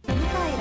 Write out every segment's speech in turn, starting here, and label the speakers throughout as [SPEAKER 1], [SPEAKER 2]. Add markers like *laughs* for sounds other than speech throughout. [SPEAKER 1] 蘭の調和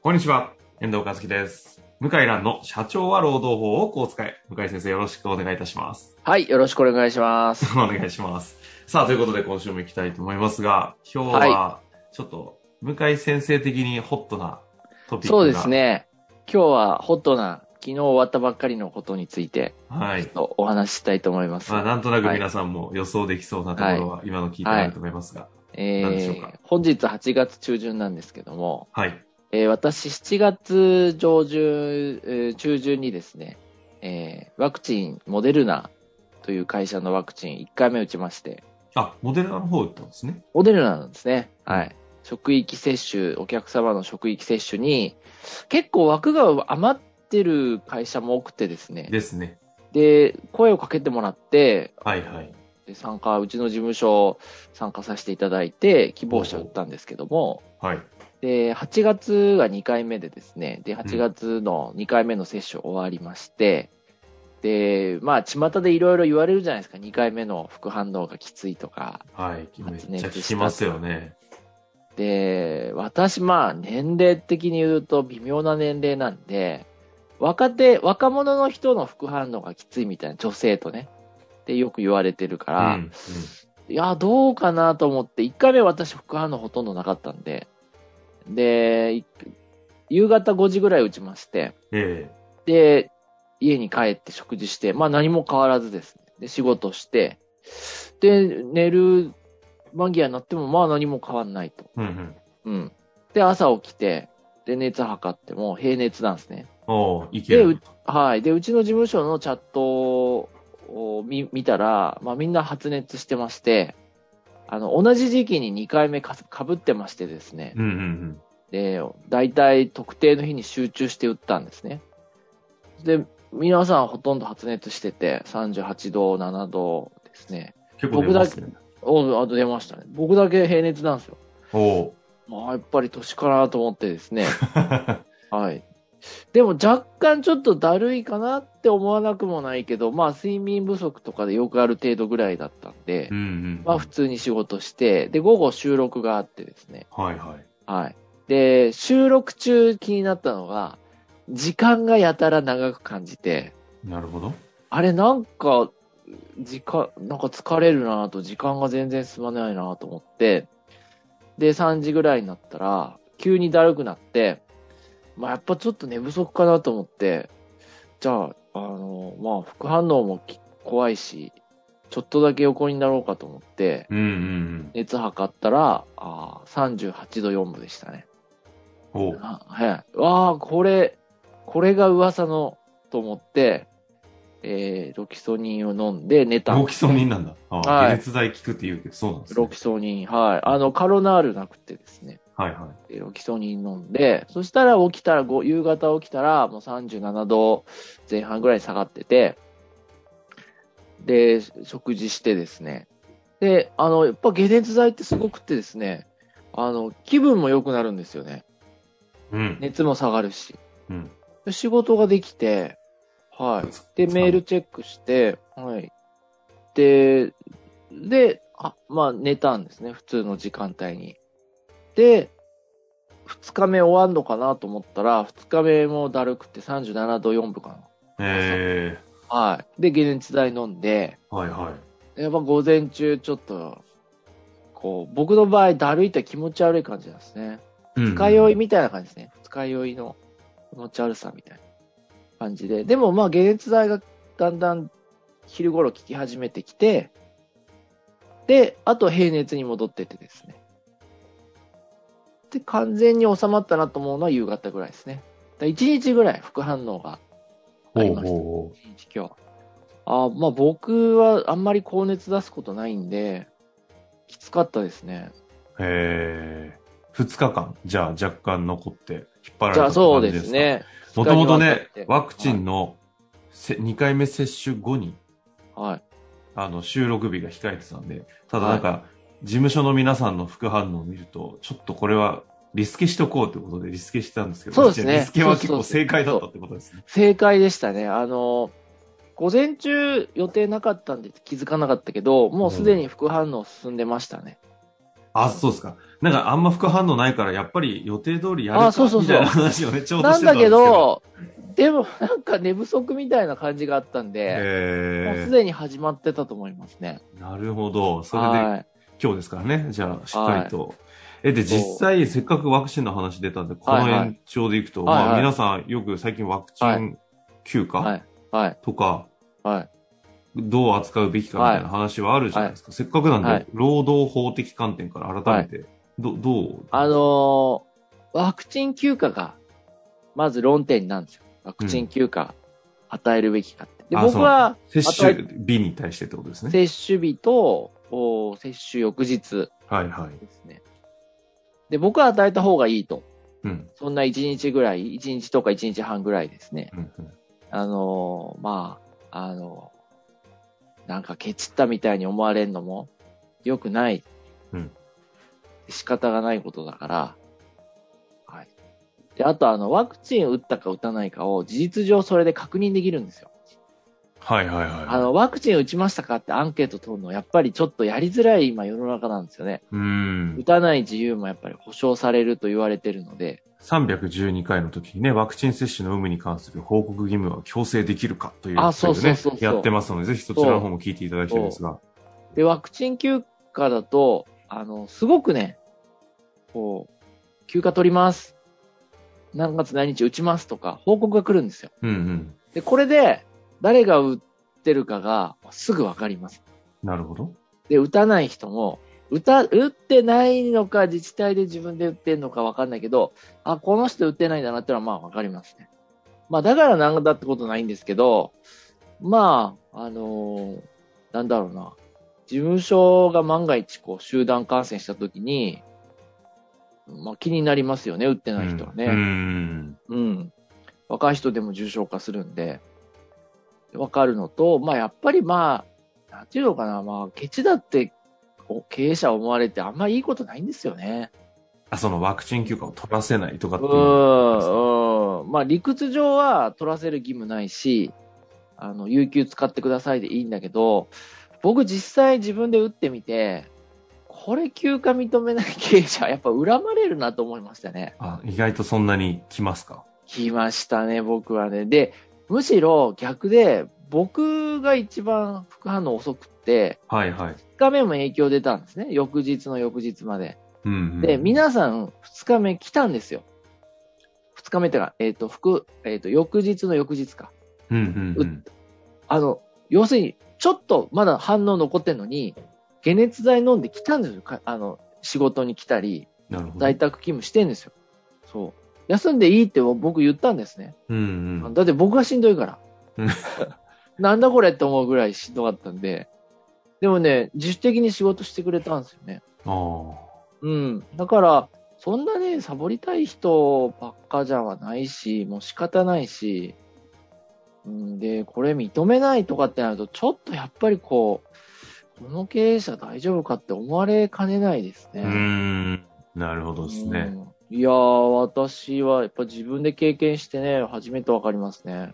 [SPEAKER 2] こんにちは、遠藤和樹です。向井蘭の社長は労働法をこう使え。向井先生よろしくお願いいたします。 *laughs*
[SPEAKER 3] はい、よろしくお願いします。
[SPEAKER 2] お願いします。さあ、ということで今週も行きたいと思いますが、今日はちょっと向井先生的にホットなトピックが。
[SPEAKER 3] そうです。ね。今日はホットな、昨日終わったばっかりのことについて、
[SPEAKER 2] は
[SPEAKER 3] ちょ
[SPEAKER 2] い
[SPEAKER 3] っ。とお話ししたいと思います。
[SPEAKER 2] まあ、なんとなく皆さんも予想できそうなところは今の聞いてあると思いますが。
[SPEAKER 3] え
[SPEAKER 2] 何でしょう
[SPEAKER 3] ー
[SPEAKER 2] か、
[SPEAKER 3] 本日8月中旬なんですけども、
[SPEAKER 2] はい。
[SPEAKER 3] えー私7月上旬、えー中旬にですね、えーワクチン、モデルナという会社のワクチン1回目打ちまして、
[SPEAKER 2] あ、モデルナの方打ったんですね。
[SPEAKER 3] モデルナなんですね。はい。職域接種、お客様の職域接種に、結構枠が余ってる会社も多くてですね。
[SPEAKER 2] ですね。
[SPEAKER 3] で、声をかけてもらって、
[SPEAKER 2] はいはい。
[SPEAKER 3] で参加、うちの事務所参加させていただいて、希望者打ったんですけども、
[SPEAKER 2] はい。
[SPEAKER 3] で、8月が2回目でですね、で、8月の2回目の接種終わりまして、で、まあ、巷でいろいろ言われるじゃないですか、2回目の副反応がきついとか。
[SPEAKER 2] はい。めっ
[SPEAKER 3] 発熱
[SPEAKER 2] ちゃ聞きますよね。
[SPEAKER 3] で、私、まあ、年齢的に言うと微妙な年齢なんで、若手、若者の人の副反応がきついみたいな、女性とね、ってよく言われてるか
[SPEAKER 2] う
[SPEAKER 3] ら、
[SPEAKER 2] ん。
[SPEAKER 3] いや、どうかなと思って、1回目私副反応ほとんどなかったんで、で、い夕方5時ぐらい打ちまして、
[SPEAKER 2] うん。え
[SPEAKER 3] で、家に帰って食事して、まあ何も変わらずですね。で、仕事して、で、寝る間際になっても、まあ何も変わんないと。
[SPEAKER 2] えうんうん。
[SPEAKER 3] うん。で、朝起きて、で、熱測っても平熱なんですね。
[SPEAKER 2] おーいける。
[SPEAKER 3] はい。で、うちの事務所のチャットを見見たら、まあ、みんな発熱してまして、あの、同じ時期に2回目かすかぶってましてですね。
[SPEAKER 2] うんうんうん。
[SPEAKER 3] で、大体特定の日に集中して打ったんですね。で、皆さんほとんど発熱してて、38度、7度ですね。
[SPEAKER 2] 結構出ますね。
[SPEAKER 3] おあと出ましたね。僕だけ平熱なんですよ。
[SPEAKER 2] おお。
[SPEAKER 3] まあ、やっぱり年かなと思ってですね。 *laughs* はい。でも若干ちょっとだるいかなって思わなくもないけど、まあ睡眠不足とかでよくある程度ぐらいだったんで
[SPEAKER 2] う、んうん。
[SPEAKER 3] まあ普通に仕事して、で午後収録があってですね。
[SPEAKER 2] はいはい。
[SPEAKER 3] はい。で、収録中気になったのが、時間がやたら長く感じて、
[SPEAKER 2] なるほど。
[SPEAKER 3] あれなんか、時間、なんか疲れるなぁと、時間が全然進まないなぁと思って、で、3時ぐらいになったら、急にだるくなって、まあやっぱちょっと寝不足かなと思って、じゃあ、あの、まあ副反応もき怖いし、ちょっとだけ横になろうかと思って、
[SPEAKER 2] うんうん
[SPEAKER 3] 熱測ったら、あー38度4分でしたね。
[SPEAKER 2] うん。おう
[SPEAKER 3] あはい。わあ、これ、これが噂の、と思って、えー、ロキソニンを飲んで寝た。
[SPEAKER 2] ロキソニンなんだ。ああ、
[SPEAKER 3] はい
[SPEAKER 2] 解熱剤効くって言うけど、そうなんですね
[SPEAKER 3] ロキソニン、はい。あの、カロナールなくてですね。
[SPEAKER 2] はいは
[SPEAKER 3] でロキソニン飲んで、そしたら起きたら、ご夕方起きたら、もう37度前半ぐらいに下がってて、で、食事してですね。で、あの、やっぱ解熱剤ってすごくってですね、あの、気分も良くなるんですよね。
[SPEAKER 2] い。うん。
[SPEAKER 3] 熱も下がるし。
[SPEAKER 2] うん。
[SPEAKER 3] 仕事ができて、はい。で、メール。チェックして、はい。で、で、あ、まあ寝たんですね、普通の時間帯に。で、2日目終わんのかなと思ったら、2日目もだるくて37度4分か
[SPEAKER 2] え
[SPEAKER 3] な。はい。で、解熱剤飲んで、
[SPEAKER 2] え。はいはい。
[SPEAKER 3] やっぱ午前中ちょっと、こう、僕の場合、だるいって気持ち悪い感じなんですね。
[SPEAKER 2] 二
[SPEAKER 3] 二日酔いみたいな感じですね。二日酔いの気持ち悪さみたいな感じで。でもまあ解熱剤がだんだん昼頃効き始めてきて、で、あと平熱に戻ってってですね。で、完全に収まったなと思うのは夕方ぐらいですね。だ1日ぐらい副反応があり
[SPEAKER 2] おう
[SPEAKER 3] ました。
[SPEAKER 2] おう
[SPEAKER 3] 一日今日。あまあ僕はあんまり高熱出すことないんで、きつかったですね。
[SPEAKER 2] へえ。2日間、じゃあ若干残って、引っ張られ
[SPEAKER 3] じ
[SPEAKER 2] たっ
[SPEAKER 3] ゃ
[SPEAKER 2] て
[SPEAKER 3] あそう
[SPEAKER 2] 感じ
[SPEAKER 3] です。ね。
[SPEAKER 2] もともとね
[SPEAKER 3] 二日にわた
[SPEAKER 2] ワ
[SPEAKER 3] っ、て
[SPEAKER 2] クチンの2回目接種後に、
[SPEAKER 3] はい。
[SPEAKER 2] あの、収録日が控えてたんで、ただなんか、事務所の皆さんの副反応を見ると、ちょっとこれは、リスケしとこうということでリスケしてたんですけど、
[SPEAKER 3] そうですね
[SPEAKER 2] リスケは結
[SPEAKER 3] そ
[SPEAKER 2] 構
[SPEAKER 3] うそうそう
[SPEAKER 2] 正解だったってことですね。
[SPEAKER 3] 正解でしたね。あの、午前中予定なかったんで気づかなかったけど、もうすでに副反応進んでましたね。
[SPEAKER 2] あ、そうですか。なんかあんま副反応ないから、やっぱり予定通りやる
[SPEAKER 3] あ
[SPEAKER 2] か
[SPEAKER 3] そうそうそ
[SPEAKER 2] み
[SPEAKER 3] う
[SPEAKER 2] たいな話をね、ちょうど
[SPEAKER 3] な
[SPEAKER 2] し
[SPEAKER 3] ん
[SPEAKER 2] てたん
[SPEAKER 3] だ
[SPEAKER 2] です
[SPEAKER 3] け
[SPEAKER 2] けど。
[SPEAKER 3] ど、でもなんか寝不足みたいな感じがあったんで、もう
[SPEAKER 2] え
[SPEAKER 3] すでに始まってたと思いますね。
[SPEAKER 2] ー、なるほど。それで
[SPEAKER 3] はい。
[SPEAKER 2] 今日ですからね。じゃあ、しっかりと。え、で、実際、せっかくワクチンの話出たんで、この
[SPEAKER 3] はいはい
[SPEAKER 2] 延長でいくと、
[SPEAKER 3] はいはい
[SPEAKER 2] まあ、皆さんよく最近ワクチ
[SPEAKER 3] は
[SPEAKER 2] ン休
[SPEAKER 3] は
[SPEAKER 2] 暇
[SPEAKER 3] い。はい。
[SPEAKER 2] とか、
[SPEAKER 3] はい。
[SPEAKER 2] どう扱うべきかみたいな話はあるじゃないですか。せっかくなんで、
[SPEAKER 3] はい
[SPEAKER 2] 労働法的観点から改めて、どどう
[SPEAKER 3] あのーワクチン休暇が、まず論点になるんですよ。ワクチン休暇、与えるべきかって。で、
[SPEAKER 2] あ
[SPEAKER 3] 僕は、
[SPEAKER 2] 接
[SPEAKER 3] あ
[SPEAKER 2] 種日に対してってことですね。
[SPEAKER 3] 接種日と、お接種翌日
[SPEAKER 2] はいはい。
[SPEAKER 3] ですね。で、僕は与えた方がいいと。
[SPEAKER 2] うん。
[SPEAKER 3] そんな1日ぐらい、1日とか1日半ぐらいですね。
[SPEAKER 2] うんうん
[SPEAKER 3] あのーまあ、あのーなんかケチったみたいに思われるのも良くない。
[SPEAKER 2] うん
[SPEAKER 3] 仕方がないことだから。はい。で、あとあの、ワクチン打ったか打たないかを事実上それで確認できるんですよ。
[SPEAKER 2] はいはいはい。
[SPEAKER 3] あの、ワクチン打ちましたかってアンケート取るの、やっぱりちょっとやりづらい今世の中なんですよね。
[SPEAKER 2] う
[SPEAKER 3] 打
[SPEAKER 2] ん。
[SPEAKER 3] たない自由もやっぱり保障されると言われてるので、
[SPEAKER 2] 312回の時にね、ワクチン接種の有無に関する報告義務は強制できるかというこ
[SPEAKER 3] あ
[SPEAKER 2] とでね
[SPEAKER 3] そうそうそうそう
[SPEAKER 2] やってますので、ぜひそちらの方も聞いていただきたいんですが。
[SPEAKER 3] で、ワクチン休暇だと、あの、すごくね、こう、休暇取ります。何月何日打ちますとか、報告が来るんですよ。
[SPEAKER 2] うんうん。
[SPEAKER 3] で、これで、誰が打ってるかが、すぐわかります。
[SPEAKER 2] なるほど。
[SPEAKER 3] で、打たない人も、打た、打ってないのか、自治体で自分で打ってんのかわかんないけど、あ、この人打ってないんだなってのは、まあわかりますね。まあ、だからなんだってことないんですけど、まあ、あのーなんだろうな。事務所が万が一、こう、集団感染したときに、まあ、気になりますよね、打ってない人はね。
[SPEAKER 2] うんうん。
[SPEAKER 3] うん。若い人でも重症化するんで、わかるのと、まあやっぱりまあ、なんていうのかな、まあ、ケチだって、こう経営者思われてあんまいいことないんですよね。
[SPEAKER 2] あ、そのワクチン休暇を取らせないとか
[SPEAKER 3] う
[SPEAKER 2] っていう。
[SPEAKER 3] ん、うん。まあ理屈上は取らせる義務ないし、あの、有給使ってくださいでいいんだけど、僕実際自分で打ってみて、これ休暇認めない経営者はやっぱ恨まれるなと思いましたね。
[SPEAKER 2] あ、意外とそんなに来ますか。
[SPEAKER 3] 来ましたね、僕はね。で、むしろ逆で、僕が一番副反応遅くって、
[SPEAKER 2] はいはい。
[SPEAKER 3] 2日目も影響出たんですね。翌日の翌日まで。
[SPEAKER 2] うん、うん。
[SPEAKER 3] で、皆さん2日目来たんですよ。2日目ってか、えっ、と、副、えっ、と、翌日の翌日か。
[SPEAKER 2] うんうんうん。
[SPEAKER 3] あの、要するに、ちょっとまだ反応残ってんのに、解熱剤飲んで来たんですよ。かあの、仕事に来たり、
[SPEAKER 2] なるほど。
[SPEAKER 3] 在宅勤務してんですよ。そう。休んでいいって僕言ったんですね。
[SPEAKER 2] うんうん。
[SPEAKER 3] だって僕がしんどいから
[SPEAKER 2] うん。
[SPEAKER 3] *laughs* なんだこれって思うぐらいしんどかったんで。でもね、自主的に仕事してくれたんですよね。
[SPEAKER 2] あ
[SPEAKER 3] うん。だから、そんなね、サボりたい人ばっかじゃないし、もう仕方ないし、うん、で、これ認めないとかってなると、ちょっとやっぱりこう、この経営者大丈夫かって思われかねないですね。
[SPEAKER 2] あ。うーん。なるほどですね。
[SPEAKER 3] うんいやー、私はやっぱ自分で経験してね、初めてわかりますね。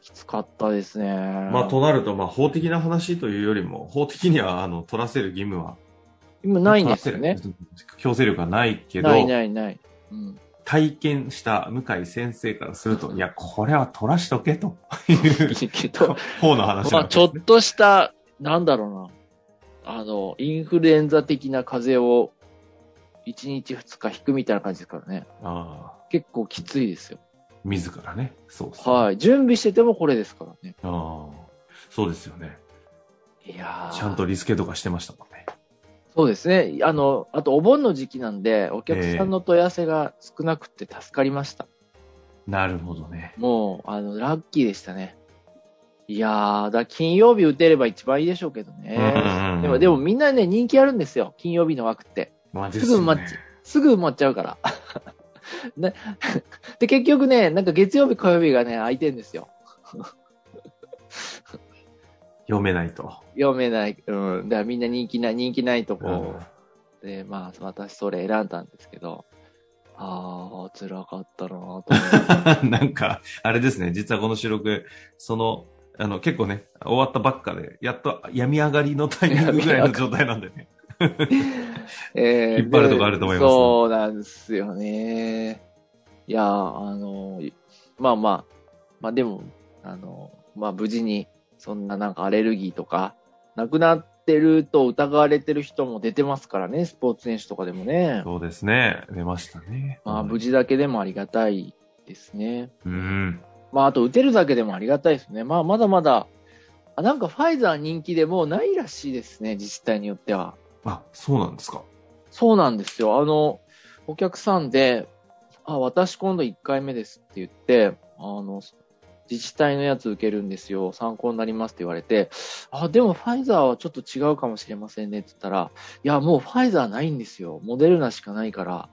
[SPEAKER 3] きつかったですね。
[SPEAKER 2] まあ、となると、まあ、法的な話というよりも、法的には、あの、取らせる義務は。
[SPEAKER 3] 今 *laughs* ないんですよね
[SPEAKER 2] 取。らせる。強制力はないけど、
[SPEAKER 3] ないないない。
[SPEAKER 2] *laughs*
[SPEAKER 3] うん、
[SPEAKER 2] 体験した向井先生からすると、いや、これは取らしとけという
[SPEAKER 3] いいけど、
[SPEAKER 2] 方の話
[SPEAKER 3] ま
[SPEAKER 2] な
[SPEAKER 3] あ
[SPEAKER 2] んで
[SPEAKER 3] ち
[SPEAKER 2] すね
[SPEAKER 3] ょっとした、なんだろうな、あの、インフルエンザ的な風邪を1日2日引くみたいな感じですからね。
[SPEAKER 2] ああ
[SPEAKER 3] 結構きついですよ。
[SPEAKER 2] 自らね。そうですね。
[SPEAKER 3] はい。準備しててもこれですからね。
[SPEAKER 2] ああ、そうですよね。
[SPEAKER 3] いやー
[SPEAKER 2] ちゃんとリスケとかしてましたもんね。
[SPEAKER 3] そうですね。あの、あとお盆の時期なんで、お客さんの問い合わせが少なくて助かりました。
[SPEAKER 2] なるほどね。
[SPEAKER 3] もう、あの、ラッキーでしたね。いやー、だ金曜日打てれば一番いいでしょうけど
[SPEAKER 2] うんうんう
[SPEAKER 3] ね。
[SPEAKER 2] ん
[SPEAKER 3] でも、でもみんなね、人気あるんですよ。金曜日の枠って。
[SPEAKER 2] まあです
[SPEAKER 3] ぐ埋まっちゃすぐ埋まっちゃうから。 *laughs* ね、 *laughs* で、結局ね、なんか月曜日、火曜日がね、空いてんですよ。
[SPEAKER 2] 読めないと。
[SPEAKER 3] 読めない。うん。だからみんな人気ない、人気ないと
[SPEAKER 2] う *laughs*
[SPEAKER 3] こ
[SPEAKER 2] ん。
[SPEAKER 3] で、まあ、私それ選んだんですけど、ああ、辛かったなぁと思って。
[SPEAKER 2] なんか、あれですね、実はこの収録、その、あの、結構ね、終わったばっかで、やっと病み上がりのタイミングぐらいの状態なんでね。
[SPEAKER 3] えー
[SPEAKER 2] 引っ張るとこあると思います
[SPEAKER 3] でそうなんですよね。いやー、あのー、まあまあ、まあでも、あのー、まあ無事に、そんななんかアレルギーとか、なくなってると疑われてる人も出てますからね、スポーツ選手とかでもね。
[SPEAKER 2] そうですね、出ましたね。
[SPEAKER 3] まあ無
[SPEAKER 2] 事。
[SPEAKER 3] 事だけでもありがたいですね。
[SPEAKER 2] うん。
[SPEAKER 3] まああと打てるだけでもありがたいですね。まあまだまだ、あなんかファイザー人気でもうないらしいですね、自治体によっては。
[SPEAKER 2] あ、そうなんですか。
[SPEAKER 3] そうなんですよ。あの、お客さんで、あ、私今度1回目ですって言って、あの、自治体のやつ受けるんですよ。参考になりますって言われて、あ、でもファイザーはちょっと違うかもしれませんねって言ったら、いや、もうファイザーないんですよ。モデルナしかないから、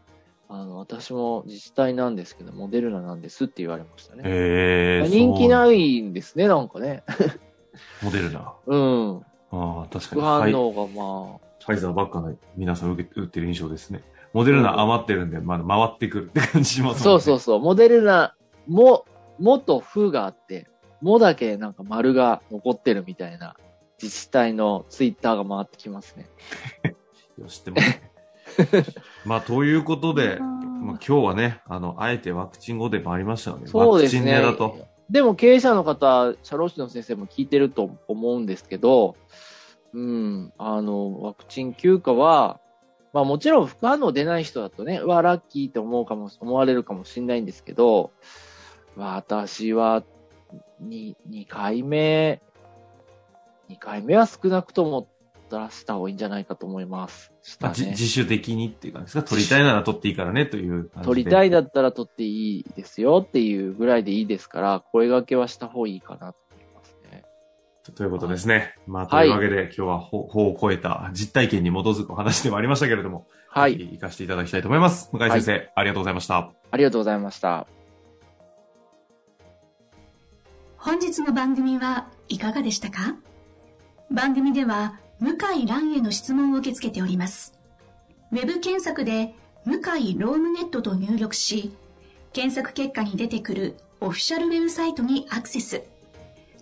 [SPEAKER 3] あの、私も自治体なんですけど、モデルナなんですって言われましたね。
[SPEAKER 2] ええー。
[SPEAKER 3] 人気
[SPEAKER 2] い。
[SPEAKER 3] ないんですね、なんかね。
[SPEAKER 2] モデルナ。
[SPEAKER 3] うん。
[SPEAKER 2] ああ、確か
[SPEAKER 3] 副
[SPEAKER 2] に。
[SPEAKER 3] 反
[SPEAKER 2] フ
[SPEAKER 3] 応がまあ、
[SPEAKER 2] ァイザーばっかの皆さん受け打ってる印象ですね。モデル
[SPEAKER 3] う
[SPEAKER 2] ナ
[SPEAKER 3] ん
[SPEAKER 2] 余ってるんで、まだ回ってくるって感じしますもん
[SPEAKER 3] そ
[SPEAKER 2] ね。
[SPEAKER 3] うそううそう。モデルナも、もとふがあって、もだけなんか丸が残ってるみたいな自治体のツイッターが回ってきますね。
[SPEAKER 2] そう。知ってますね。
[SPEAKER 3] *laughs*
[SPEAKER 2] まあ、ということで、まあ、今日はね、あの、あえてワクチン後でもありましたので、
[SPEAKER 3] そうです
[SPEAKER 2] ワ
[SPEAKER 3] ね。
[SPEAKER 2] クチンネタと。
[SPEAKER 3] でも経営者の方、社労士の先生も聞いてると思うんですけど、うん、あの、ワクチン休暇は、まあもちろん副反応出ない人だとね、うわ、ラッキーって思うかも、思われるかもしれないんですけど、まあ私は、に、2回目、2回目は少なくとも出した方がいいんじゃないかと思います。した
[SPEAKER 2] まあじ
[SPEAKER 3] ね
[SPEAKER 2] 自主的にっていう感じですか取りたいなら取っていいからねという感じで。
[SPEAKER 3] 取りたい
[SPEAKER 2] だ。
[SPEAKER 3] だったら取っていいですよっていうぐらいでいいですから、声掛けはした方がいいかなと思いますね。
[SPEAKER 2] ということですね。まあ、と
[SPEAKER 3] はい
[SPEAKER 2] いうわけで、今日は法法を超えた実体験に基づくお話でもありましたけれども、
[SPEAKER 3] は
[SPEAKER 2] ぜ
[SPEAKER 3] い。
[SPEAKER 2] ひ活かしていただきたいと思います。向井先生、ありがとうございました。
[SPEAKER 3] ありがとうございました。
[SPEAKER 1] 本日の番組はいかがでしたか番組では向井蘭への質問を受け付けております。ウェブ検索で向井ロームネットと入力し、検索結果に出てくるオフィシャルウェブサイトにアクセス。